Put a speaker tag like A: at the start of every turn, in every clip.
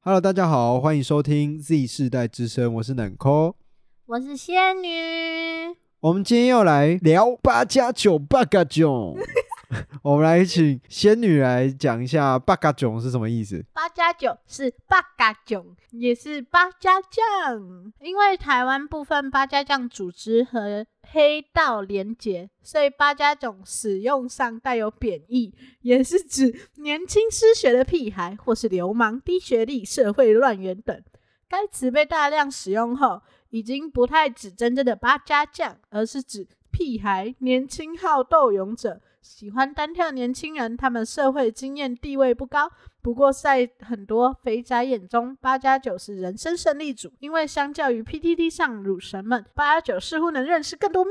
A: Hello，大家好，欢迎收听 Z 世代之声，我是冷抠。
B: 我是仙女，
A: 我们今天要来聊八加九八嘎囧， 我们来请仙女来讲一下八嘎囧是什么意思。
B: 八加九是八嘎囧，也是八家将。因为台湾部分八家将组织和黑道连结，所以八家囧使用上带有贬义，也是指年轻失学的屁孩或是流氓、低学历、社会乱源等。该词被大量使用后，已经不太指真正的八家将，而是指屁孩、年轻好斗勇者。喜欢单挑年轻人，他们社会经验地位不高，不过在很多肥宅眼中，八加九是人生胜利组，因为相较于 PTT 上乳神们，八加九似乎能认识更多妹，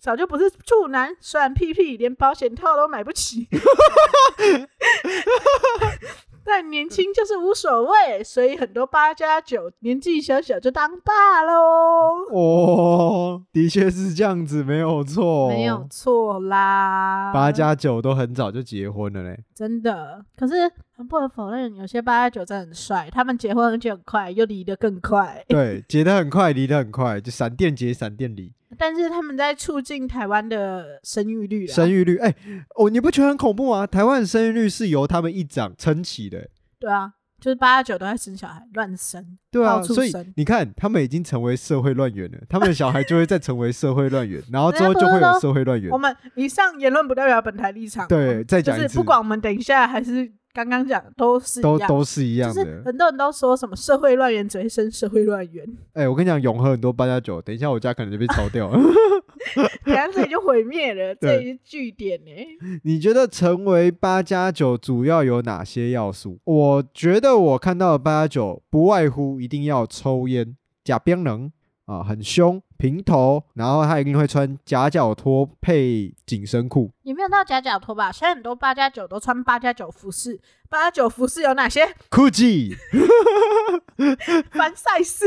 B: 早就不是处男。虽然 PP 连保险套都买不起， 但年轻就是无所谓，所以很多八加九年纪小小就当爸喽，
A: 哦，的确是这样子，没有错，
B: 没有错
A: 哦
B: 啦。
A: 八加九都很早就结婚了嘞。
B: 真的，可是不可否认，有些八加九真的很帅，他们结婚而且很快，又离得更快。
A: 对，结得很快，离得很快，就闪电结，闪电 离，
B: 但是他们在促进台湾的生育率啊，
A: 生育率，哎、哦，你不觉得很恐怖吗？台湾的生育率是由他们一长撑起的、
B: 对啊，就是八加九都在生小孩，乱生，
A: 对啊，
B: 到处
A: 所以
B: 生
A: 你看，他们已经成为社会乱源了，他们的小孩就会再成为社会乱源， 然后之后
B: 人家
A: 就
B: 不是
A: 会有
B: 说
A: 社会乱源
B: 我。们以上言论不代表本台立场。哦
A: 对，，再
B: 就
A: 讲一
B: 是
A: 次
B: 不，管我们等一下还是刚刚讲，都是
A: 都
B: 一样。
A: 都是一
B: 就
A: 样
B: 是
A: 的。
B: 很多人都说什么社会乱源只会生社会乱源，
A: 哎，我跟你讲，永和很多八加九，等一下我家可能就被抄掉 了。
B: 等一下这里就毁灭了，这
A: 对
B: 里是据点欸呢、
A: 你觉得成为八加九主要有哪些要素？我觉得我看到的八加九不外乎一定要抽烟、假槟榔啊，很凶、平头，然后他一定会穿夹脚拖配紧身裤。
B: 也没有到夹脚拖吧？现在很多八加九都穿八加九服饰，八加九服饰有哪些？
A: Gucci
B: 凡赛斯，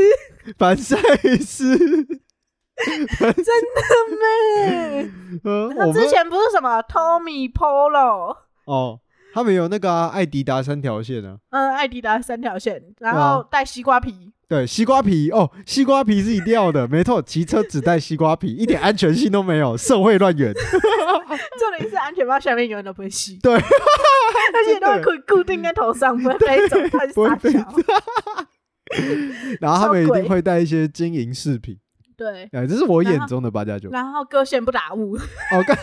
A: 凡赛斯，
B: 真的咩？
A: 呃，
B: 那
A: 我们
B: 之前不是什么 Tommy Polo，
A: 哦，他们有那个啊、艾迪达三条线啊，
B: 嗯，艾迪达三条线，然
A: 对啊
B: 后带西瓜皮，
A: 对，西瓜皮哦，西瓜皮是一定要的， 没错，骑车只带西瓜皮，一 点安全性都没有，社会乱 源。
B: 重点是安全帽下面永远都不会吸，
A: 对
B: 而且都会固固定在头上，不会飞走，它是
A: 不会
B: 傻
A: 飞
B: 小。
A: 然后他们一
B: 超
A: 定
B: 贵
A: 会带一些金银饰品，
B: 对，
A: 哎，这是我
B: 然
A: 眼
B: 后
A: 中的八加九。
B: 然后割线不打雾，
A: 哦，刚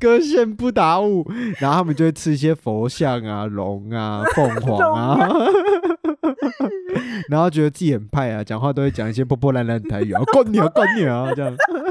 A: 歌线不打舞，然后他们就会吃一些佛像 啊、龙啊、凤凰啊， 然后觉得自己很派啊，讲话都会讲一些破破烂烂的台语啊，滚你啊，滚你啊 这样。
B: 哎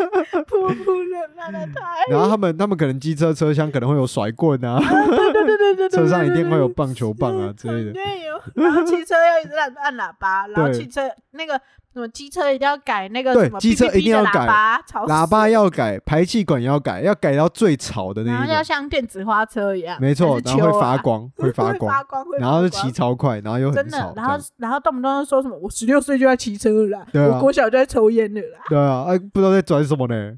B: 噗噗的那那太，
A: 然后他们他们可能机车车厢可能会有甩棍啊，
B: 对对对对对对，
A: 车上一定会有
B: 对
A: 棒球棒啊之类的。
B: 对有，然后汽车要一直按按喇叭，然后
A: 对
B: 汽车那个什么机车一定要改那个
A: 对
B: 什么
A: 机车
B: PPP
A: 一定要
B: 的喇叭，吵死
A: 喇叭要改，排气管要改，要改到最吵的
B: 然
A: 那
B: 后
A: 一
B: 要
A: 种，
B: 像电子花车一样，
A: 没错，
B: 还
A: 然
B: 是
A: 后
B: 秋
A: 会
B: 啊
A: 发 光，会发
B: 会
A: 光，
B: 发光，会
A: 然后就
B: 发光
A: 骑超快，然后又很
B: 真
A: 吵
B: 的，，
A: 这
B: 然后
A: 样
B: 然后动不动就说什么我十六岁就在骑车了啦，
A: 对啊
B: 我国小就在抽烟了啦，
A: 对啊，哎，不知道在转什么呢。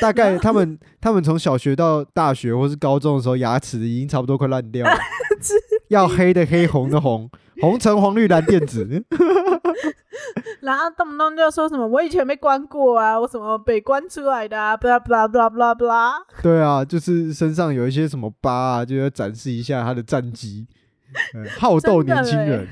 A: 大概他们他们从小学到大学或是高中的时候，牙齿已经差不多快烂掉了，要黑的黑，红的红，红橙黄绿蓝靛紫。
B: 然后动不动就说什么我以前被关过啊，我什么被关出来的啊，blah blah blah blah blah，
A: 对啊，就是身上有一些什么疤啊，就要展示一下他的战绩，嗯好斗
B: 真的
A: 年轻
B: 嘞
A: 人，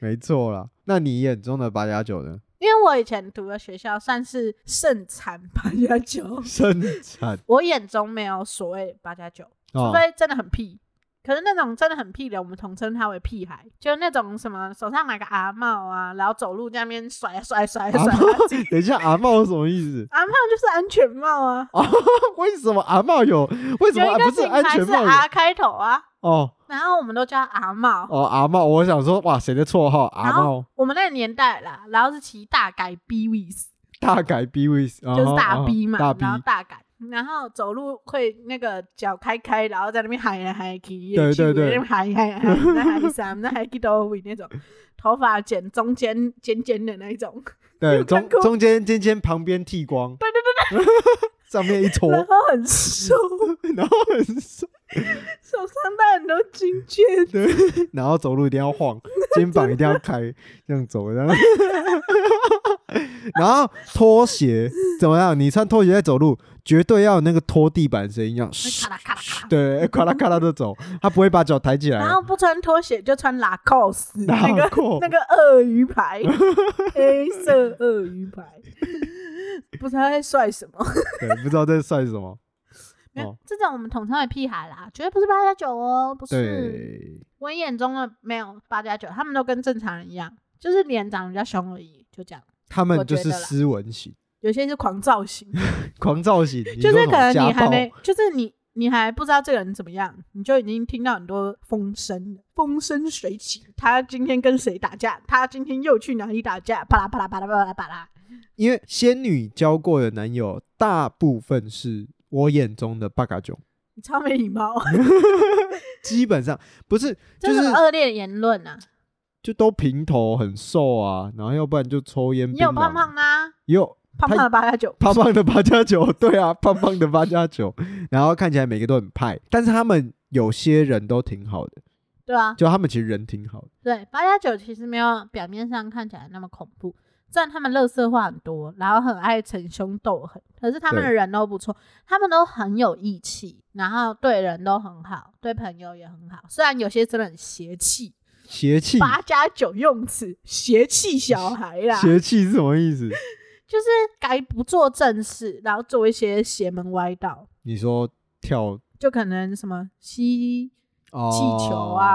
A: 没错啦。那你眼中的八加九呢？
B: 因为我以前读的学校算是盛产八加九，
A: 生产
B: 我眼中没有所谓八加九，除
A: 啊，
B: 非真的很屁。可是那种真的很屁的，我们统称他为屁孩，就是那种什么手上拿个阿帽啊，然后走路在那边甩啊甩啊甩啊
A: 阿
B: 甩啊，
A: 嬷等一下，阿茂是什么意思？
B: 阿帽就是安全帽啊，
A: 为什么阿茂有？为什么
B: 有一
A: 啊
B: 个
A: 不是
B: 品
A: 安
B: 牌
A: 全
B: 是
A: 帽有？
B: R 开头啊，
A: 哦，
B: 然后我们都叫他阿帽。
A: 哦，阿茂，我想说，哇，谁的绰号？阿
B: 然后
A: 茂
B: 我们那个年代啦，然后是骑大改 B V，
A: 大改 B V，就
B: 就是大 B 嘛，
A: 哦大 B，
B: 然后大改，然后走路会那个脚开开，然后在那边嗨来嗨去，
A: 对对对
B: 去那边嗨嗨嗨，那嗨啥，那嗨去都会那种，头发剪中间尖尖的那一种，
A: 对，
B: 看
A: 中
B: 过
A: 中间尖尖旁边剃光，对对对 上面一搓，
B: 然后很瘦，
A: 然后很瘦，
B: 手上戴很多金圈，
A: 然后走路一定要 晃，肩膀一定要开，这样 走，然后然后拖鞋怎么样？你穿拖鞋在走路，绝对要有那个拖地板声音，这样
B: 咔啦咔啦咔啦。
A: 对，咔啦咔啦的 走，他不会把脚抬起来哦
B: 然，后不穿拖鞋就穿 Lacoste
A: 然
B: 那个
A: 后
B: 那个鳄鱼牌，黑色鳄鱼牌，不知道在帅什么。
A: 对，不知道这算什么。
B: 没有
A: 哦
B: 这种我们统称为屁孩啦，绝对不是八加九哦，不是。
A: 对，
B: 我眼中的没有八加九，他们都跟正常人一样，就是脸长得比较凶而已，就这样。
A: 他们
B: 我
A: 就
B: 觉
A: 是
B: 得啦
A: 斯文型、
B: 有些是狂躁型，
A: 狂躁型，你
B: 就
A: 说什
B: 是可
A: 么
B: 能
A: 家
B: 你还
A: 暴
B: 没，就是你你还不知道这个人怎么样，你就已经听到很多风声了，风生水起。他今天跟谁打架？他今天又去哪里打架？巴拉巴拉巴拉巴拉巴拉。
A: 因为仙女交过的男友大部分是我眼中的八嘎囧，
B: 你超没礼貌，
A: 基本上不是
B: 这
A: 就是
B: 是恶劣的言论啊！
A: 就都平头很瘦啊，然后要不然就抽烟，
B: 也有
A: 槟榔
B: 胖胖的、啊，
A: 也有
B: 胖胖的八加九，
A: 胖胖的八加九，对啊， 胖胖的八加九，然后看起来每个都很派，但是他们有些人都挺好的，
B: 对啊，
A: 就他们其实人挺好的，
B: 对，八加九其实没有表面上看起来那么恐怖，虽然他们乐色话很多，然后很爱逞凶斗狠，可是他们的
A: 对
B: 人都不错，他们都很有义气，然后对人都很好，对朋友也很好。虽然有些真的很邪气，
A: 邪气，
B: 八加九用词邪气小孩啦，
A: 邪气是什么意思？
B: 就是该不做正事，然后做一些邪门歪道，
A: 你说跳
B: 就可能什么吸
A: 哦
B: 气球啊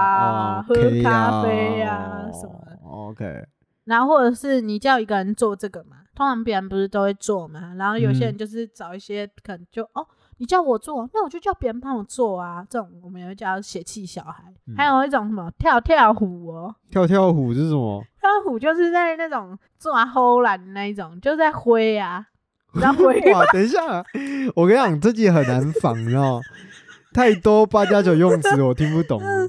A: 哦
B: 喝
A: K
B: 咖啡啊什么的
A: 哦？OK，
B: 然后或者是你叫一个人做这个嘛，通常别人不是都会做嘛，然后有些人就是找一些可能就、哦，你叫我做，那我就叫别人帮我做啊，这种我们也会叫血气小孩。
A: 嗯
B: 还有一种什么跳跳虎哦，
A: 跳跳虎是什么？
B: 跳跳虎就是在那种抓齁懒的那一种，就在挥啊，你知道 挥
A: 哇，等一下啊，我跟你讲，这集很难仿，你知道吗？太多八加九用词我听不 懂了。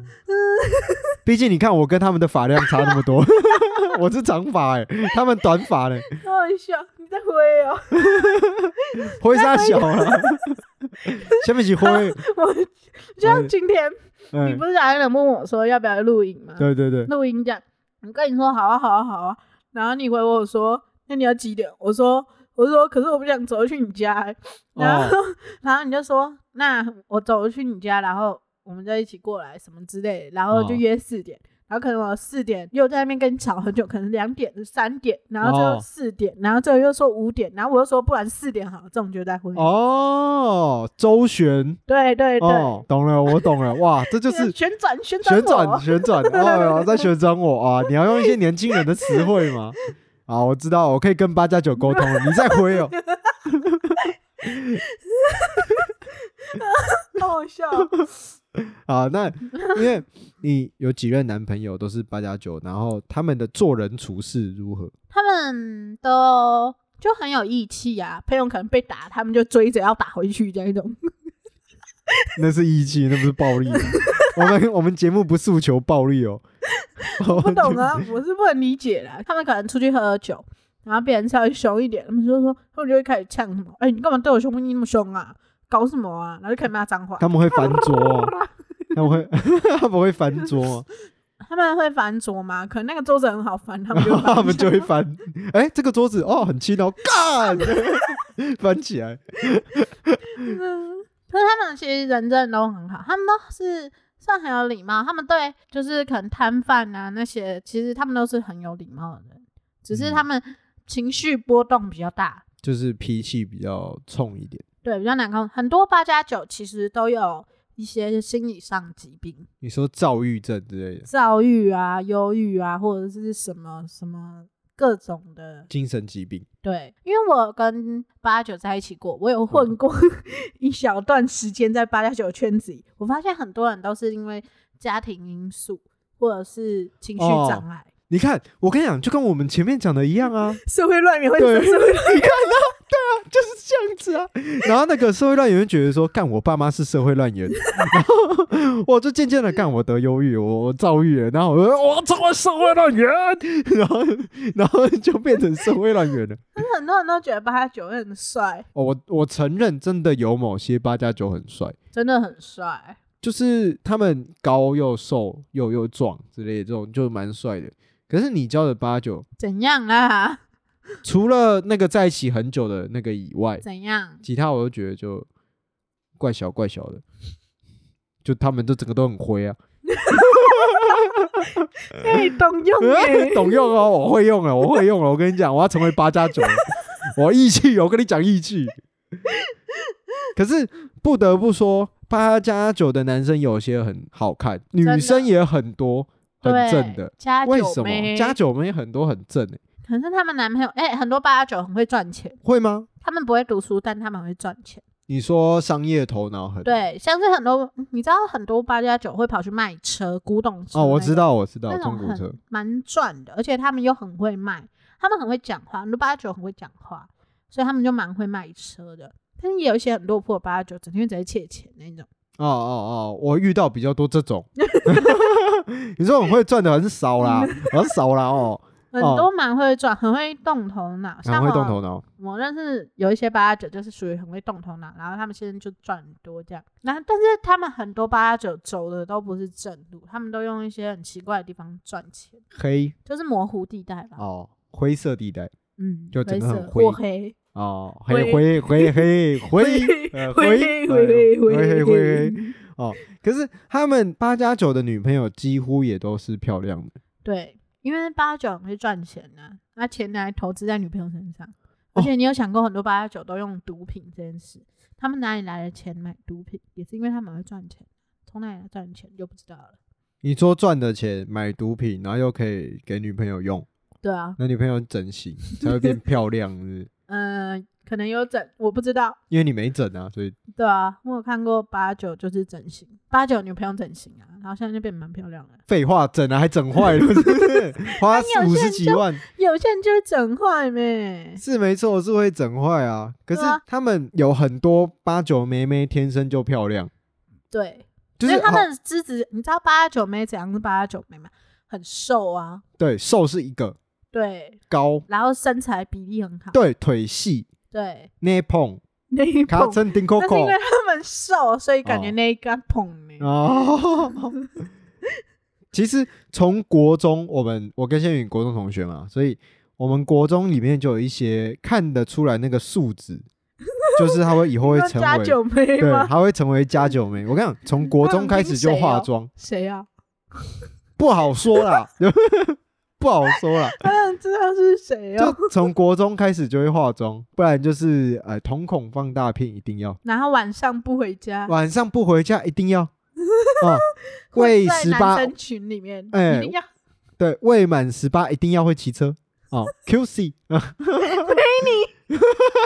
A: 毕竟你看，我跟他们的发量差那么多， 我是长发哎、他们短发嘞、
B: 好好笑，你在挥哦，
A: 灰沙小 啊。下面一起灰，
B: 我 就像今天你
A: 嗯
B: 不，是还冷问我说要不要录影吗？
A: 对对对，
B: 录音讲，我跟你说好啊好啊好啊，然后你回我说那你要几点？我说我说可是我不想走去你家欸、然后、然后你就说那我走去你家，然后我们再一起过来什么之类的，然后就
A: 哦
B: 约四点。然后可能我四点又在那边跟你吵很久，可能两点、三点，然后最后
A: 哦
B: 四点，然后最后又说五点，然后我又说不然四点好了，这种就在婚。
A: 哦，周旋
B: 对对对，
A: 哦，懂了，我懂了，哇，这就是
B: 旋转旋 转
A: 旋
B: 我
A: 转旋转，哎呦，在旋转我啊！你要用一些年轻人的词汇吗？啊，我知道，我可以跟八加九沟通了。你再回哦，
B: 好好笑哦。
A: 啊，那因为你有几任男朋友都是八加九，然后他们的做人处事如何？
B: 他们都就很有义气啊，朋友可能被打，他们就追着要打回去这样 一种。
A: 那是义气，那不是暴力。哦我们我们节目不诉求暴力哦，我
B: 不
A: 们
B: 懂啊，我是不能理解啦。他们可能出去喝酒，然后别人稍微凶一点，他们就说，他们就会开始呛什么，哎、你干嘛对我凶你那么凶啊？搞什么啊？然后就开始骂脏话。
A: 他们会翻桌哦、他们会 他们会翻桌哦、
B: 他们会翻桌吗？可能那个桌子很好翻，他们 就
A: 他们就
B: 会
A: 会翻。哎、这个桌子哦，很轻哦，干， 翻起来。
B: 嗯， 可是他们其实人真的都很好，他们都是算很有礼貌。他们对就是可能摊贩啊那些，其实他们都是很有礼貌的人，只是
A: 嗯
B: 他们情绪波动比较大，
A: 就是脾气比较冲一点。
B: 对，比较难控。很多八加九其实都有一些心理上疾病，
A: 你说躁郁症之类的，
B: 躁郁啊、忧郁啊，或者是什么什么各种的
A: 精神疾病，
B: 对，因为我跟八加九在一起过，我
A: 嗯
B: 有混过 一小段时间在八加九圈子里，我发现很多人都是因为家庭因素或者是情绪
A: 哦
B: 障碍、
A: 你看，我跟你讲，就跟我们前面讲的一样啊。
B: 社会乱源会
A: 对
B: 社会乱源
A: 就是 这样子啊。然后那个社会乱源就觉得说，干我爸妈是社会乱 源，然后我就渐渐的干我得忧郁，我我躁郁了，然后我就说我要成为社会乱源，然后然后就变成社会乱源了。
B: 可是很多人都觉得八加九很帅，
A: 哦，我我承认真的有某些八加九很帅，
B: 真的很帅。
A: 就是他们高又瘦又又壮之类的这种就蛮帅的。可是你教的八九，
B: 怎样啊？
A: 除了那个在一起很久的那个以外，
B: 怎样？
A: 其他我都觉得就怪小怪小的，就他们都整个都很灰啊。
B: 哎，懂 用哎，
A: 懂用哦，我会用了，我会用了。我跟你讲，我要成为八加 九了，我义气，我跟你讲义气。可是不得不说，八加九的男生有些很好看，女
B: 的
A: 生也很多很
B: 对
A: 正的。
B: 加
A: 为
B: 九
A: 什
B: 妹
A: 么加九妹很多很正、欸？
B: 可是他们男朋友哎、很多八加九很会赚钱，
A: 会吗？
B: 他们不会读书，但他们会赚钱。
A: 你说商业头脑很
B: 对，像是很多你知道很多八加九会跑去卖车、古董车
A: 哦，我
B: 那
A: 知
B: 种，
A: 道，我知道，
B: 那
A: 中
B: 种
A: 古车
B: 很蛮赚的，而且他们又很会卖，他们很会讲话，很多八加九很会讲话，所以他们就蛮会卖车的。但是也有一些很落魄的八加九，整天只会借钱那种。
A: 哦哦哦，我遇到比较多这种。 你说我会赚的很少 啦，很少啦哦，
B: 很
A: 哦
B: 多蛮会赚，很会动头脑。
A: 很
B: 像
A: 会
B: 我，
A: 动头脑。
B: 我认识有一些八加九，就是属于很会动头脑，然后他们现在就赚很多这样。然后，但是他们很多八加九走的都不是正路，他们都用一些很奇怪的地方赚钱，
A: 黑
B: 就是模糊地带吧。
A: 哦，灰色地带
B: 嗯，
A: 就
B: 灰
A: 整个
B: 色
A: 很
B: 或
A: 灰
B: 黑，
A: 哦，黑灰灰黑 灰呃灰
B: 灰灰
A: 呃灰
B: 灰
A: 灰。哦。可是他们八加九的女朋友几乎也都是漂亮的，
B: 对，因为八加九很会赚钱呐、那钱拿来投资在女朋友身上。
A: 哦
B: 而且你有想过，很多八加九都用毒品这件事，他们哪里来的钱买毒品？也是因为他们会赚钱，从哪里来赚钱就不知道了。
A: 你说赚的钱买毒品，然后又可以给女朋友用，
B: 对啊，
A: 那女朋友整形才会变漂亮，是不是
B: 嗯、可能有整，我不知道。
A: 因为你没整啊，所以
B: 对啊，我有看过八九就是整形，八九女朋友整形啊，然后现在就变得蛮漂亮的。
A: 废话，整啊了还整坏了，是不是？花
B: 那有
A: 五
B: 些
A: 十
B: 人
A: 几
B: 就
A: 万
B: 有些人就是整坏没，
A: 是没错，是会整坏啊。可是
B: 对啊
A: 他们有很多八九妹妹天生就漂亮，
B: 对，
A: 就
B: 因
A: 是哦
B: 为他
A: 好
B: 们资质，你知道八九妹怎样是八九妹吗？很瘦啊，
A: 对瘦是一个，
B: 对，
A: 高
B: 然后身材比例很好，
A: 对腿细
B: 对，
A: 内碰
B: 那一
A: 卡
B: 捧，
A: 称顶扣
B: 但是因
A: 扣
B: 为他们瘦，所以感觉
A: 哦
B: 那一杆捧呢，
A: 哦。 其实从国中，我们我跟仙宇国中同学嘛，所以我们国中里面就有一些看得出来那个素质，就是他会以后会
B: 你说
A: 成
B: 加
A: 为
B: 九妹
A: 对，
B: 吗？
A: 她会成为加九妹。我跟你讲，从国中开始就化妆，
B: 谁啊？
A: 不好说 啦，不好说啦。
B: 我想知道是谁哦。
A: 就从国中开始就会化妆，不然就是呃瞳孔放大片一定要，
B: 然后晚上不回家，
A: 晚上不回家一定 要。啊，
B: 会
A: 未
B: 在
A: 十八
B: 男生群里面，
A: 哎
B: 一定要
A: 对未满十八一定要会骑车哦 ，QC 啊，陪你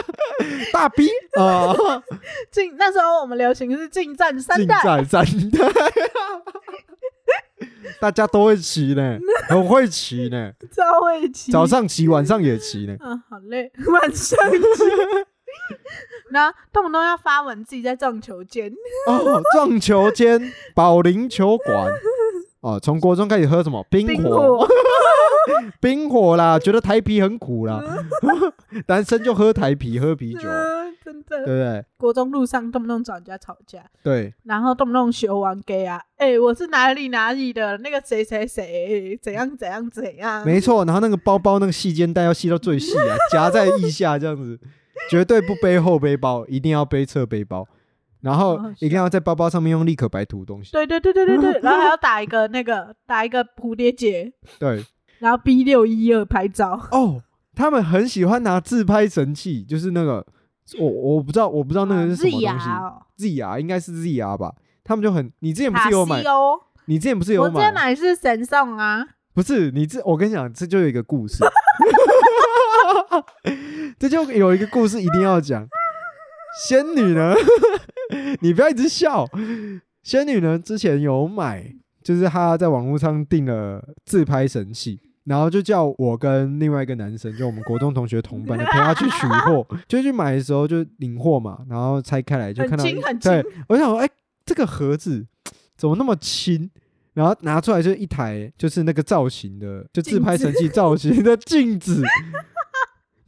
A: 大 B 啊，
B: 进。那时候我们流行是进站三
A: 进
B: 代，
A: 展三代，大家都会骑呢，很会骑呢。
B: 赵慧琪。。
A: 早上骑，晚上也骑呢
B: 啊，好累，晚上骑。 然后动不动要发文自己在撞球间，
A: 哦，撞球间、保龄球 馆。哦，从国中开始喝什么冰
B: 冰
A: 火
B: 火？啊
A: 冰火 啦，觉得台啤很苦啦， 男生就喝台啤，喝 啤酒，
B: 嗯真
A: 对不
B: 的。
A: 对？
B: 国中路上动不动找人家吵架，
A: 对，
B: 然后动不动学完 gay 啊，哎、我是哪里哪里的那个谁谁谁，怎样怎样怎样，
A: 没错。然后那个包包那个细肩带要细到最细 啊，夹在腋下这样子，绝对不背后背包，一定要背侧背包，然后
B: 好好笑
A: 一定要在包包上面用立可白涂东西。
B: 对对对对 对对，然后还要打一个那个打一个蝴蝶结，
A: 对，
B: 然后 B 六一二拍照，
A: 哦，他们很喜欢拿自拍神器，就是那个我我不知道我不知道那个是什么东西、
B: 啊 ZR 哦
A: ZR 应该是 ZR 吧？他们就很，你之前哎不
B: 卡
A: 是有买
B: 西？欧，
A: 你之前不是有
B: 我之前
A: 买？
B: 买的是神送啊，
A: 不是，你这我跟你讲，这就有一个故事， 这就有一个故事一定要讲。仙女呢？ 你不要一直笑。仙女呢？之前有买，就是她在网络上订了自拍神器，然后就叫我跟另外一个男生，就我们国中同学同班的，陪他去取货， 就去买的时候就领货嘛，然后拆开来就
B: 很
A: 看到
B: 轻
A: 一，
B: 很
A: 对
B: 轻，
A: 我想说，哎、这个盒子怎么那么轻？然后拿出来就是一台，就是那个造型的，就自拍神器造型的镜 子。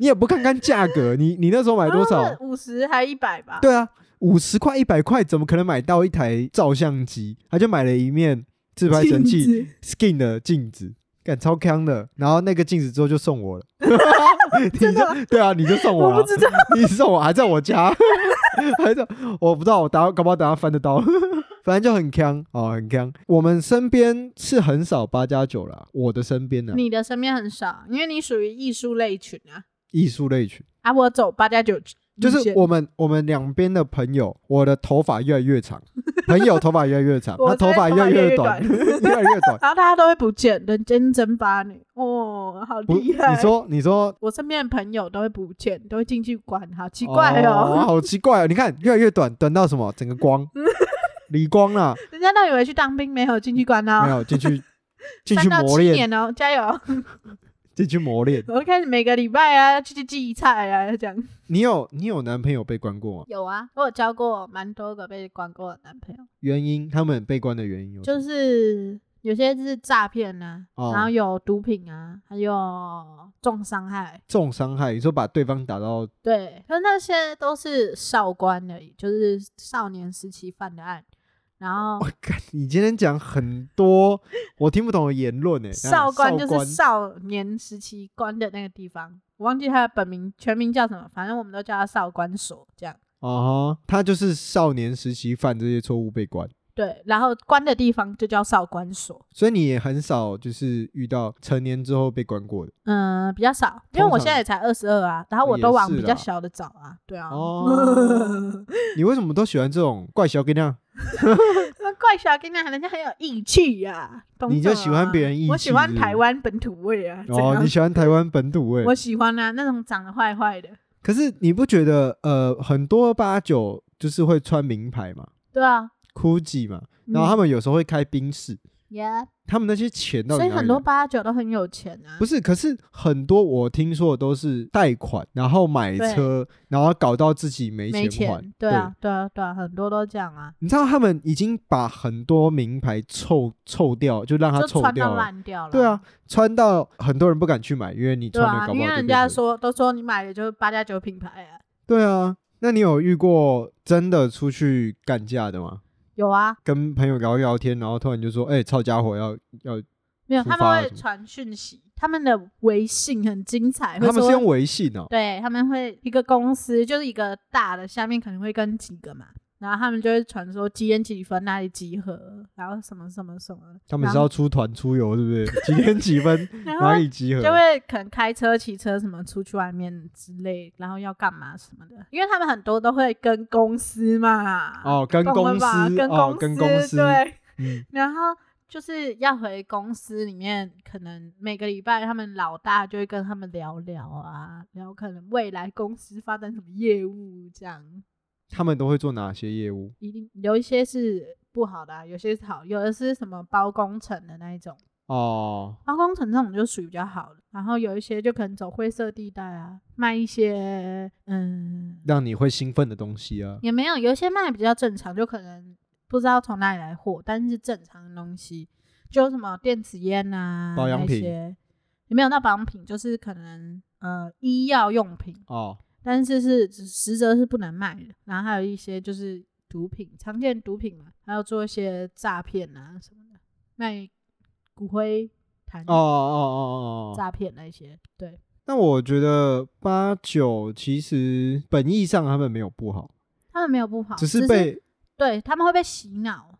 A: 你也不看看价格，你你那时候买多少？
B: 五十还一百吧？
A: 对啊，五十块、一百块，怎么可能买到一台照相机？他就买了一面自拍神器
B: 镜子
A: Skin 的镜子，干超康的。然后那个镜子之后就送 我了， 你
B: 真的吗
A: 就对啊，你就送我
B: 我
A: 了
B: 不，知道，
A: 你送我还在我家， 还在，我不知道，我打搞不好等下翻得到。 反正就很康哦，很康。我们身边是很少八加九啦，我的身边呢、啊
B: 你的身边很少，因为你属于艺术类群啊。
A: 艺术类群，
B: 啊，我走八加九，
A: 就是我们我们两边的朋友，我的头发越来越长，朋友头发越来越长， 他
B: 我
A: 头发
B: 这
A: 越
B: 边
A: 来
B: 头发越来越
A: 短， 越来越短。
B: 然后大家都会不见，人间蒸发你哦，好
A: 不，
B: 厉害！
A: 你说你说
B: 我身边的朋友都会不见，都会进去管，好奇怪哦。
A: 好奇怪哦！你看越来越短，短到什么？整个光，理光啦，
B: 人家都以为去当兵没有进去管
A: 没
B: 哦，
A: 有进去进去
B: 三到
A: 磨
B: 七
A: 练，
B: 年哦，加油！
A: 进去磨练。
B: 我就开始每个礼拜啊去去记菜啊，这样。
A: 你有你有男朋友被关过吗？
B: 有啊，我有交过蛮多个被关过的男朋友，
A: 原因他们被关的原因有什么
B: 就是有些是诈骗啊，
A: 哦
B: 然后有毒品啊，还有重伤害。
A: 重伤害，你说把对方打到
B: 对，可是那些都是少官而已，就是少年时期犯的案。然后
A: 干你今天讲很多我听不懂的言论呢、欸。
B: 少官就
A: 官
B: 是少年时期关的那个地方，我忘记他的本名全名叫什么，反正我们都叫他少官所这样。
A: 哦哈，他就是少年时期犯这些错误被关，
B: 对，然后关的地方就叫少官所，
A: 所以你也很少就是遇到成年之后被关过的
B: 嗯，比较少，因为
A: 通
B: 我
A: 常哦
B: 现在也才二十二啊，然后我
A: 也
B: 都往
A: 是
B: 比较
A: 啦
B: 小的找啊，对啊，
A: 哦你为什么都喜欢这种怪小姑娘？
B: 那怪小跟你讲，人家很有义气呀、懂
A: 你就
B: 什么
A: 喜
B: 啊
A: 欢别人义
B: 我
A: 气
B: 喜欢
A: 是不是
B: 台湾本土味啊，怎
A: 哦，
B: 样
A: 你喜欢台湾本土味
B: 我？喜欢啊，那种长得坏坏的，
A: 可是你不觉得呃，很多八九就是会穿名牌嘛
B: 对啊，
A: ，GUCCI 嘛，然后他
B: 们、
A: 们有时候会开宾士，
B: yeah,
A: 他们那些钱到底
B: 所以
A: 哪里
B: 很多
A: 来
B: 八九都很有钱啊，
A: 不
B: 是
A: 是，可是很多我听说的都是贷款，然后买
B: 对
A: 车，然后搞到自己没
B: 没
A: 钱还。
B: 钱，对啊，对啊，对啊，很多都这样啊，
A: 你知道他们已经把很多名牌臭臭掉，就让它
B: 就
A: 臭
B: 穿
A: 掉
B: 到
A: 了。
B: 烂掉了，
A: 对啊，，穿到很多人不敢去买，因为你
B: 对
A: 穿了
B: 啊，
A: 搞
B: 因
A: 不
B: 为
A: 好就
B: 人
A: 变
B: 家
A: 成
B: 说都说你买的就是八加九品牌啊，
A: 对啊，那你有遇过真的出去干架的吗？
B: 有啊，
A: 跟朋友聊一聊天，然后突然就说：“哎、操家伙，要要。
B: 没有，
A: 出
B: 他
A: 发啊
B: 们会
A: 什么
B: 传讯息，他们的微信很精”彩，会
A: 他们是
B: 说
A: 用微信哦、
B: 对，他们会一个公司就是一个大的，下面可能会跟几个嘛，然后他们就会传说几点几分哪里集合，然后什么什么什么，
A: 他们
B: 然
A: 是要出团出游，是不 是？几点几分
B: 然
A: 哪
B: 后
A: 里 集合？
B: 就会可能开车、骑车什么出去外面之类，然后要干嘛什么的，因为他们很多都会跟公司嘛，
A: 哦，跟
B: 懂了
A: 公司
B: 吧跟
A: 哦，
B: 公
A: 跟公司，
B: 对，
A: 嗯，
B: 然后就是要回公司里面，可能每个礼拜他们老大就会跟他们聊聊啊，然后可能未来公司发展什么业务这样，
A: 他们都会做哪些业务？
B: 一定有一些是不好的、啊，有些是好，有的是什么包工程的那一种，
A: 哦，
B: 包工程这种就属于比较好的，然后有一些就可能走灰色地带啊，卖一些嗯
A: 让你会兴奋的东西啊。
B: 也没有，有一些卖得比较正常，就可能不知道从哪里来货，但是正常的东西，就什么电子烟啊，
A: 保养品
B: 那些也没有到保养品，就是可能呃医药用品，
A: 哦，
B: 但是是实则是不能卖的。然后还有一些就是毒品，常见毒品嘛，还有做一些诈骗啊什么的，卖骨灰坛
A: 哦哦哦哦哦。
B: 诈骗那些，对，
A: 那我觉得八九其实本意上他们没有不好，
B: 他们没有不好，
A: 只
B: 是
A: 是被
B: 对他们会被洗脑，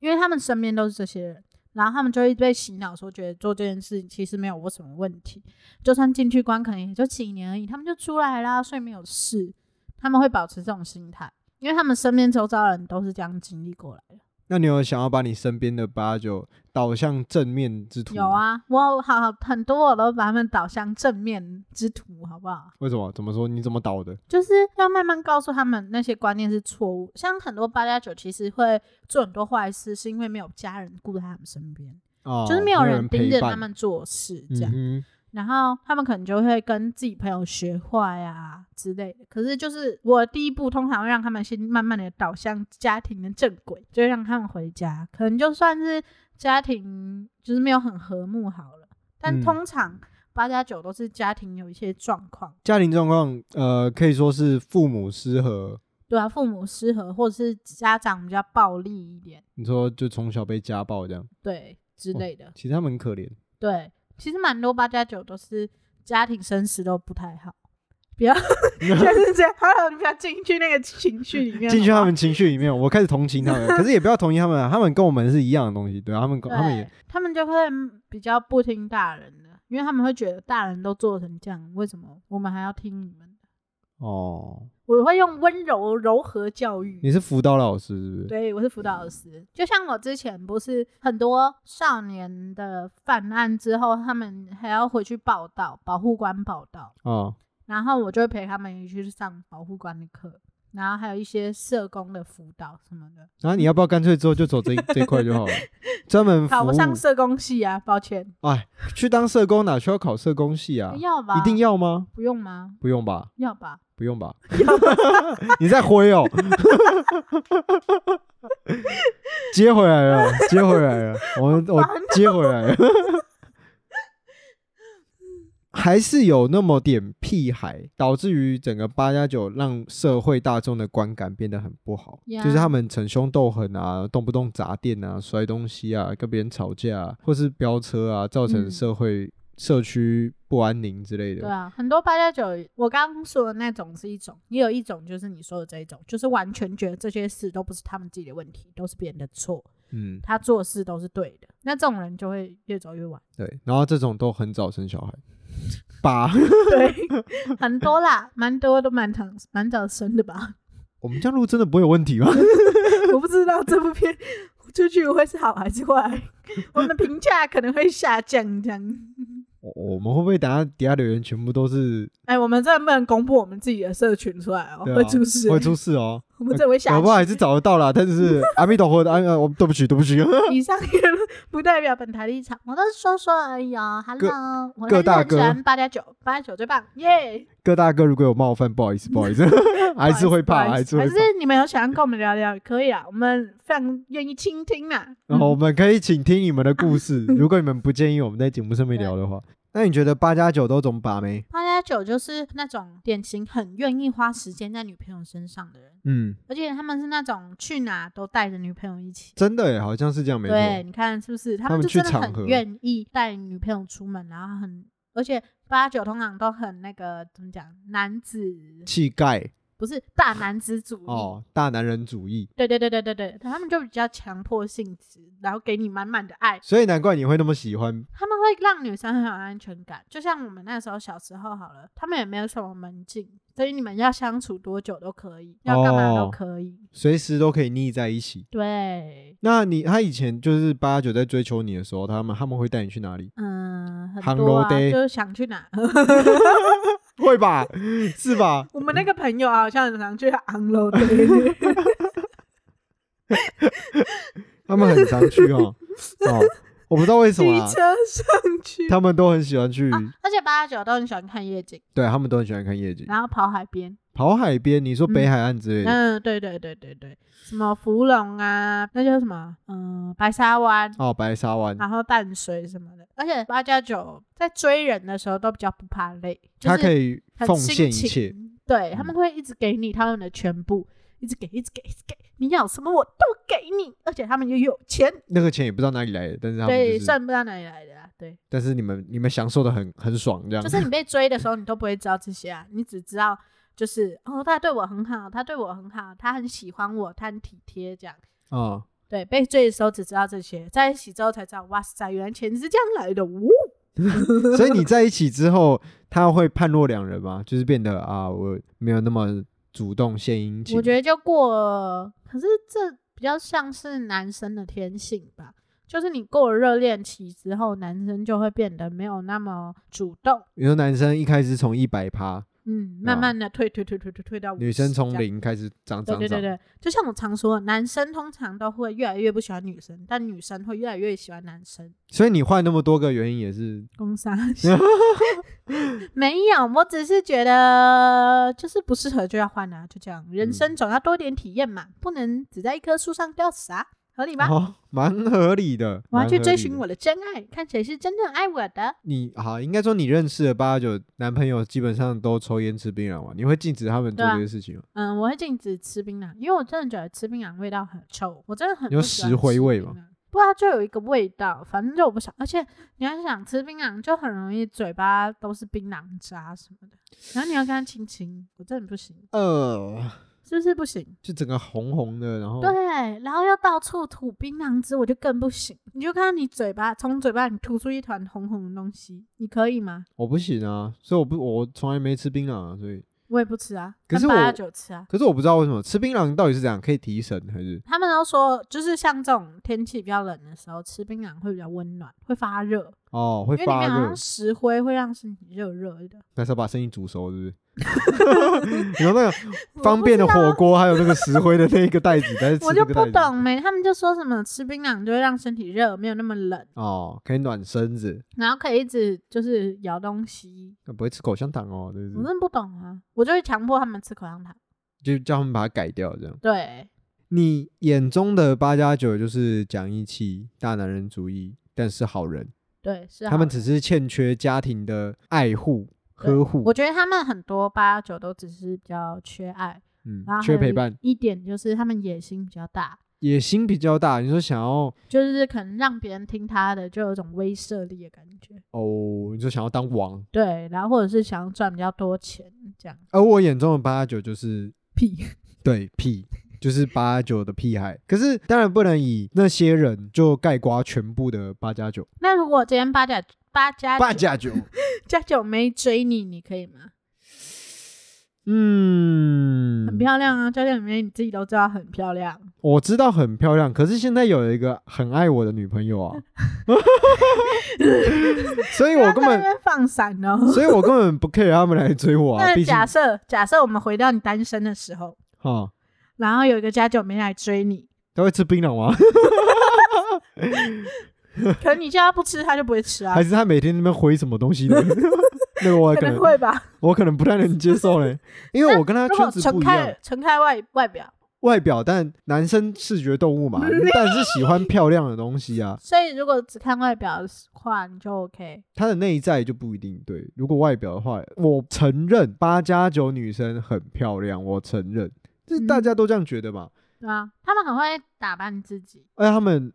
B: 因为他们身边都是这些人，然后他们就会被洗脑，说觉得做这件事情其实没有什么问题，就算进去关可能也就几年而已，他们就出来啦，所以没有事。他们会保持这种心态，因为他们身边周遭的人都是这样经历过来的。
A: 那你有想要把你身边的八九导向正面之途？
B: 有，啊，我好好很多我都把他们导向正面之途，好不好？
A: 为什么？怎么说？你怎么导的？
B: 就是要慢慢告诉他们那些观念是错误。像很多八加九其实会做很多坏事，是因为没有家人顾在他们身边。
A: 哦，
B: 就是没有人盯着
A: 陪
B: 他
A: 伴，
B: 们做事这样。
A: 嗯哼，
B: 然后他们可能就会跟自己朋友学坏啊之类的。可是就是我的第一步，通常会让他们先慢慢的导向家庭的正轨，就会让他们回家。可能就算是家庭就是没有很和睦好了，
A: 嗯
B: 但通常八加九都是家庭有一些状况，
A: 家庭状况，呃，可以说是父母失和。
B: 对啊，父母失和或者是家长比较暴力一点，
A: 你说就从小被家暴这样，
B: 对之
A: 哦
B: 类的。
A: 其实他们很可怜。
B: 对，其实蛮多八加九都是家庭生死都不太好，不要 就是这样。好了，你不要进去那个情绪里面，
A: 进去
B: 好
A: 他
B: 不好
A: 们情绪里面，我开始同情 他们，可是也不要同情他们、啊，他们跟我们是一样的东西，对、啊、他们跟他们也
B: 对，他们就会比较不听大人的，因为他们会觉得大人都做成这样，为什么我们还要听你们的？
A: 哦，
B: 我会用温柔柔和教育，
A: 你是辅导老师是不是？
B: 对，我是辅导老师。就像我之前不是很多少年的犯案之后，他们还要回去报道，保护官报道，
A: 哦，
B: 然后我就会陪他们一起去上保护官的课，然后还有一些社工的辅导什么的。
A: 然后你要不要干脆之后就走这一这一块就好 了，专门服
B: 考不上
A: 务，
B: 社工系啊，抱歉，
A: 哎，去当社工哪需要考社工系啊？
B: 要吧？
A: 一定要吗？
B: 不用吗？
A: 不用吧，
B: 要吧？
A: 不用 吧，你在挥哦，接回来了，接回来了，我们我接回来了，还是有那么点屁孩，导致于整个八加九让社会大众的观感变得很不好
B: Yeah
A: 就是他们逞凶斗狠啊，动不动砸店啊，摔东西啊，跟别人吵架、啊，或是飙车啊，造成
B: 嗯
A: 社会、社区不安宁之类的。
B: 对啊，很多八加九，我刚刚说的那种是一种，也有一种就是你说的这一种，就是完全觉得这些事都不是他们自己的问题，都是别人的错，
A: 嗯，
B: 他做事都是对的。那这种人就会越走 越晚，
A: 对，然后这种都很早生小孩，爸，
B: 对，很多啦，蛮多都蛮长蛮早生的吧。
A: 我们这样录真的不会有问题吗？
B: 我不知道这部片出去会是好还是坏，我们的评价可能会下降这样。
A: 我我们会不会等下底下留言全部都是
B: 哎，我们真的不能公布我们自己的社群出来哦，
A: 对啊
B: 会出事。
A: 会出事哦？
B: 我们这会下
A: 搞不好还
B: 去。
A: 是找得到啦，但是阿弥陀佛的安，呃，我对不起，对不起，
B: 以上言论不代表本台立场，我都是说说而已哦。Hello，我
A: 各
B: 还是
A: 大
B: 很喜欢
A: 哥
B: 八加九，八加九最棒，耶！
A: 各大哥如果有冒犯，不好意思，不好意思， 还是会怕，
B: 不好
A: 还
B: 意
A: 是
B: 思不好
A: 会
B: 意
A: 怕
B: 思。还是你们有想要跟我们聊聊，可以啊，我们非常愿意倾听啊。
A: 然后我们可以请听你们的故事，如果你们不介意我们在节目上面聊的话，那你觉得八加九都怎么把没？
B: 八加九就是那种典型很愿意花时间在女朋友身上的人。
A: 嗯，
B: 而且他们是那种去哪都带着女朋友一起。
A: 真的耶，好像是这样，没
B: 对，
A: 错。
B: 你看是不是？他
A: 他
B: 们
A: 们
B: 就
A: 去
B: 真的
A: 场合
B: 很愿意带女朋友出门，然后很，而且八九通常都很那个怎么讲，男子
A: 气概
B: 不是大男子主义。
A: 哦，大男人主义，
B: 对对对对对对，他们就比较强迫性质，然后给你满满的爱，
A: 所以难怪你会那么喜欢
B: 他们会让女生很有安全感。就像我们那时候小时候好了，他们也没有什么门禁，所以你们要相处多久都可以，要干嘛
A: 哦
B: 都可以。
A: 随时都可以腻在一起。
B: 对，
A: 那你他以前就是八九在追求你的时候，他们他们会带你去哪里？
B: 嗯，
A: 航
B: 很多
A: 楼
B: 啊，
A: day
B: 就是想去 哪。
A: 会吧？是吧？
B: 我们那个朋友啊，好像很常去昂 楼对
A: 他们很常去哦。哦，我不知道为什么
B: 骑
A: 啊、
B: 车上去。
A: 他们都很喜欢去，
B: 而且八加九都很喜欢看夜景，
A: 对他们都很喜欢看夜景，
B: 然后跑海边。
A: 跑海边。你说北海岸之类的、
B: 啊嗯，对对对对对，什么芙蓉啊，那叫什么？嗯，白沙湾，
A: 哦，白沙湾，
B: 然后淡水什么的。而且八加九在追人的时候都比较不怕累，就
A: 他可
B: 是
A: 以
B: 很
A: 奉
B: 辛
A: 献一
B: 勤
A: 切。。嗯
B: 对他们会一直给你他们的全部，一直给，一直给，一直给。你要什么我都给你，而且他们又有钱，
A: 那个钱也不知道哪里来的，但是他们、
B: 对，
A: 就是，
B: 算不知道哪里来的啦。对，
A: 但是你们你们享受的很很爽，这样。
B: 就是你被追的时候，你都不会知道这些啊，你只知道就是哦，他对我很好，他对我很好，他很喜欢我，他很体贴这样。
A: 哦，
B: 对，被追的时候只知道这些，在一起之后才知道，哇塞，原来钱是这样来的，呜、
A: 所以你在一起之后，他会判若两人吗？就是变得啊，我没有那么主动献殷勤。
B: 我觉得就过，可是这比较像是男生的天性吧，就是你过了热恋期之后，男生就会变得没有那么主动，
A: 有时候男生一开始从一百趴
B: 嗯，慢慢的退退退退退退到
A: 哦女生
B: 50这
A: 从
B: 样
A: 零开始长
B: 对
A: 长
B: 对对
A: 长，
B: 对，就像我常说的，男生通常都会越来越不喜欢女生，但女生会越来越喜欢男生。
A: 所以你换那么多个原因也是
B: 工伤 没有，我只是觉得就是不适合就要换啊，就这样。
A: 嗯
B: 人生总要多点体验嘛，不能只在一棵树上吊死啊，合理吧？
A: 哦，蛮合理的。
B: 我要去
A: 蛮合
B: 追
A: 理
B: 寻
A: 的
B: 我的真爱，看谁是真正爱我的。
A: 你好，应该说你认识的八九男朋友基本上都抽烟吃槟榔嘛，你会禁止他们做
B: 对啊
A: 这些事情吗？
B: 嗯，我会禁止吃槟榔，因为我真的觉得吃槟榔味道很臭，我真的很
A: 有
B: 不喜欢
A: 石灰
B: 吃
A: 味
B: 槟
A: 吗
B: 榔？不知道就有一个味道，反正就我不想。而且你要想吃槟榔，就很容易嘴巴都是槟榔渣什么的，然后你要跟他亲亲，我真的不行，
A: 呃，
B: 是不是不行？
A: 就整个红红的，然后
B: 对，啊然后要到处吐槟榔汁，我就更不行。你就看到你嘴巴从嘴巴里吐出一团红红的东西，你可以吗？
A: 我不行啊，所以我不我从来没吃槟榔啊，所以
B: 我也不吃啊，
A: 可
B: 跟
A: 是
B: 八
A: 我
B: 加九吃啊。
A: 可是我不知道为什么吃槟榔到底是怎样可以提神还是
B: 他们都说，就是像这种天气比较冷的时候，吃槟榔会比较温暖，会发热，
A: 哦会
B: 因为里
A: 发
B: 面好
A: 热
B: 像，石灰会让身体热热的。
A: 那是要把身体煮熟是不是？然 后那个
B: 我
A: 方
B: 不
A: 便
B: 知
A: 的
B: 道
A: 火
B: 啊，
A: 锅还有那个石灰的那个袋子，但是吃
B: 我
A: 那
B: 就
A: 个
B: 不
A: 袋子
B: 懂没，他们就说什么吃槟榔就会让身体热，没有那么冷，
A: 哦，可以暖身子，
B: 然后可以一直就是咬东西。
A: 那不会吃口香糖哦，就
B: 我
A: 是
B: 真的不懂啊，我就会强迫他们吃口香糖。
A: 就叫他们把它改掉这样。
B: 对，
A: 你眼中的八加九就是讲义气、大男人主义，但是好人，
B: 对，是
A: 他们
B: 好
A: 只
B: 人
A: 是欠缺家庭的爱护、
B: 对
A: 呵护
B: 我，觉得他们很多八九都只是比较缺爱，
A: 嗯
B: 然后，
A: 缺
B: 还有
A: 陪
B: 一
A: 伴，
B: 一点就是他们野心比较大，
A: 野心比较大。你说想要
B: 就是可能让别人听他的就有一种威慑力的感觉，
A: 哦，你说想要当王，
B: 对，然后或者是想要赚比较多钱这样，
A: 而我眼中的八加九就是
B: 屁，
A: 对屁。 就是八加九的屁孩，可是当然不能以那些人就盖刮全部的八加九，
B: 那如果今天八甲八加
A: 八
B: 九
A: 加九，
B: 加九没追你，你可以吗？
A: 嗯，
B: 很漂亮啊，加九妹你自己都知道很漂亮，
A: 我知道很漂亮，可是现在有一个很爱我的女朋 友啊，所以我
B: 不
A: 根
B: 要在那
A: 本，
B: 边放闪哦。
A: 所以我根本不 care 他们来追我啊，
B: 那
A: 毕竟
B: 假设假设我们回到你单身的时候，
A: 哈，
B: 然后有一个加九妹来 追你，
A: 他会吃槟榔吗？
B: 可能你叫他不吃，他就不会吃啊
A: 还，是他每天在那边回什么东西的？ 那个我
B: 可
A: 可
B: 能
A: 能
B: 会吧。
A: 我可能不太能接受 嘞，因为我跟他
B: 如
A: 圈
B: 果
A: 子
B: 纯
A: 不一样
B: 看，纯看外外表，
A: 外表但男生视觉动物 嘛，但是喜欢漂亮的东西啊，
B: 所以如果只看外表的话，你就 OK。
A: 他的内在就不一定对。如果外表的话，我承认八加九女生很漂亮，我承认，就是
B: 嗯
A: 大家都这样觉得嘛。
B: 对啊，他们很会打扮自己，
A: 而且他们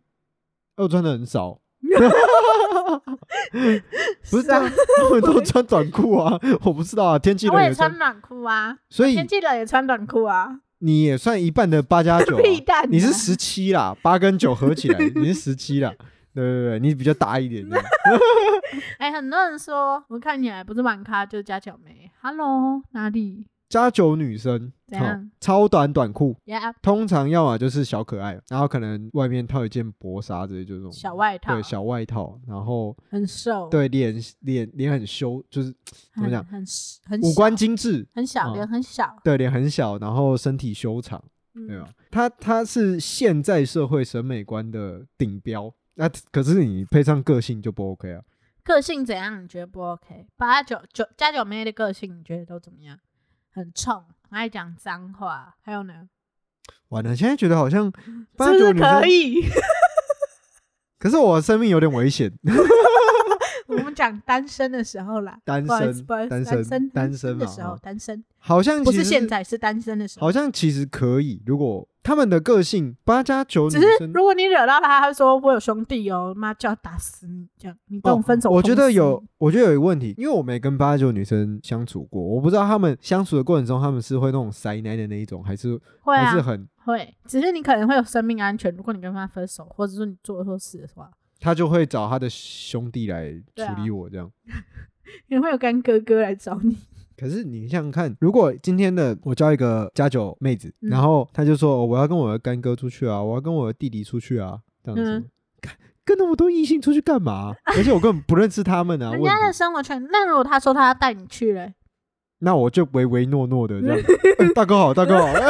A: 又穿的很少，不是这样，
B: 啊
A: 他 们都穿短裤啊， 我不知道啊，天气
B: 我
A: 冷
B: 也
A: 也穿，
B: 穿短裤啊，
A: 所以
B: 天气冷也穿短裤啊，
A: 你也算一半的八加九啊，
B: 屁蛋啊
A: 你是十七啦，八跟九合起来你是十七啦。 对对对，你比较大一 点点，
B: 哎、很多人说我看起来不是玩咖就是加九妹，Hello 哪里
A: 加九女生，
B: 怎样
A: 哦超短短裤，
B: 呀
A: 通常要么就是小可爱，然后可能外面套一件薄纱之类，就是这种
B: 小外套，
A: 对小外套，然后
B: 很瘦，，
A: 对脸脸脸很修，就是怎么
B: 很
A: 讲
B: 很很
A: 五官
B: 小
A: 精致，
B: 很小，
A: 嗯
B: 脸很小，
A: 对脸很小，然后身体修长，对哦
B: 嗯
A: 吧？他他是现在社会审美观的顶标，那、可是你配上个性就不 OK 啊。
B: 个性怎样你觉得不 OK？八九九加九妹的个性你觉得都怎么样？很冲，很爱讲脏话，还有呢，
A: 完了，现在觉得好 像八
B: 是不
A: 九
B: 是
A: 女生
B: 可，以？
A: 可是我生命有点危险，
B: 我们讲单身的时候啦，
A: 单
B: 不好意思
A: 身
B: 不好意思
A: 单
B: 单
A: 身单身
B: 的
A: 嘛
B: 时候，
A: 哦，
B: 单身
A: 好像
B: 不
A: 其
B: 是
A: 实
B: 现在，是单身的时候
A: 好。像其实可以，如果他们的个性八加九
B: 只
A: 女
B: 是
A: 生，
B: 如果你惹到他，他会说我有兄弟哦，妈就要打死你这样，你跟我分手、
A: 哦我觉得有，，我觉得有一个问题，因为我没跟八加九女生相处过，我不知道他们相处的过程中，他们是会那种塞奶的那一种，还是、
B: 会
A: 还是
B: 啊
A: 很
B: 会，只是你可能会有生命安全，如果你跟他分手，或者说你做错事的话，
A: 他就会找他的兄弟来
B: 对
A: 处理我这样。
B: 你会有干哥哥来找你，
A: 可是你想想看，如果今天的我交一个加九妹子，
B: 嗯
A: 然后她就说、哦我要跟我的干哥出去啊，我要跟我的弟弟出去啊，这样子
B: 嗯，
A: 干跟那么多异性出去干嘛？而且我根本不认识他们啊。
B: 人
A: 问
B: 家
A: 题
B: 的生活圈。那如果他说他要带你去嘞，
A: 那我就唯唯诺诺的这 样。哎大哥好，大哥好。哎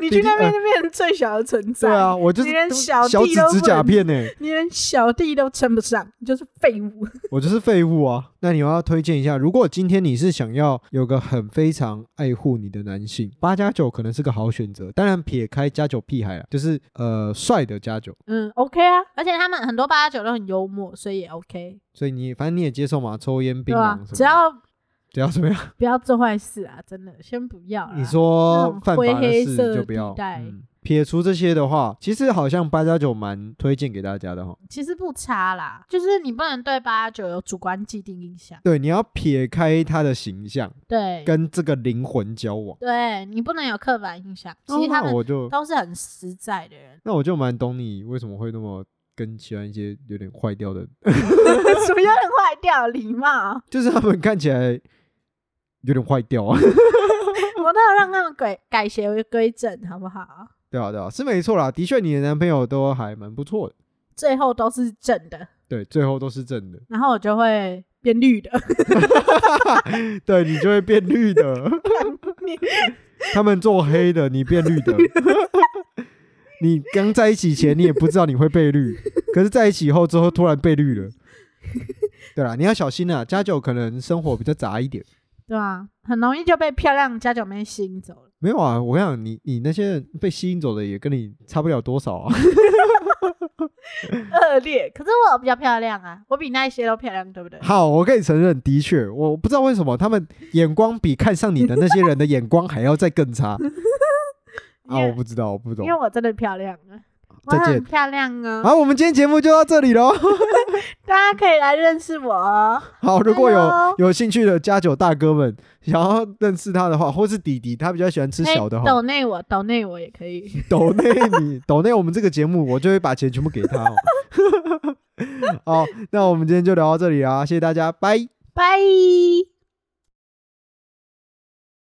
B: 你
A: 弟
B: 去
A: 弟
B: 那边
A: 呃
B: 就变成最小的存在。
A: 对 啊，我就是
B: 你连
A: 都
B: 小
A: 小
B: 弟
A: 指
B: 都
A: 指
B: 不
A: 甲
B: 能
A: 片欸呢，
B: 你连小弟都称不上，你就是废 物。
A: 我就是废物啊。那你要推荐一下，如果今天你是想要有个很非常爱护你的男性，八加九可能是个好选择。当然，撇开加九屁孩啊，就是呃帅的加九。
B: 嗯，OK 啊，而且他们很多八加九都很幽默，所以也 OK，
A: 所以你反正你也接受嘛，抽烟、槟
B: 对
A: 榔
B: 吧
A: 什么？的，
B: 只要
A: 只要怎么样？
B: 不要做坏事啊，真的，先不要啦。
A: 你说犯
B: 啊灰
A: 法的
B: 黑
A: 事
B: 色
A: 就
B: 地
A: 不要。
B: 带
A: 嗯撇除这些的话，其实好像八加九蛮推荐给大家的哈。
B: 其实不差啦，就是你不能对八加九有主观既定印象，
A: 对，你要撇开他的形象，
B: 对，
A: 跟这个灵魂交往。
B: 对你不能有刻板印象。其
A: 哦
B: 实他
A: 那
B: 们
A: 我就
B: 都是很实在
A: ，
B: 的人
A: 那我就蛮懂你为什么会那么跟其他一些有点坏掉的，
B: 什么有点坏掉礼貌，
A: 就是他们看起来有点坏掉啊。
B: 我都要让他们改改邪为归正，好不好？
A: 对啊，对啊，是没错啦。的确，你的男朋友都还蛮不错的。
B: 最后都是正的，
A: 对，最后都是正的，
B: 然后我就会变绿的。
A: 对你就会变绿 的。他们做黑的，你变绿的。 你刚在一起前，你也不知道你会被绿，可是在一起后之后突然被绿了。 对啦，你要小心啊！家酒可能生活比较杂一点。
B: 对啊，很容易就被漂亮加九妹吸引走了。
A: 没有啊，我跟你讲，你你那些人被吸引走的也跟你差不了多少啊。
B: 恶劣，可是我比较漂亮啊，我比那一些都漂亮，对不对？
A: 好，我可以承认，的确，我不知道为什么他们眼光比看上你的那些人的眼光还要再更 差
B: 因
A: 啊！
B: 为
A: 我不知道，我不懂
B: 因为。我真的漂亮啊，我
A: 再见
B: 很漂亮啊，
A: 好，我们今天节目就到这里喽。
B: 大家可以来认识我哦。
A: 好，如果有
B: Hello
A: 有兴趣的家酒大哥们想要认识他的话，或是弟弟，他比较喜欢吃
B: 可以
A: 小的哈，
B: 哎抖内我，抖内我也可以。
A: 抖内你抖内我们这个节目，我就会把钱全部给他哦。 啊好，那我们今天就聊到这里啦，谢谢大家，拜。
B: 拜。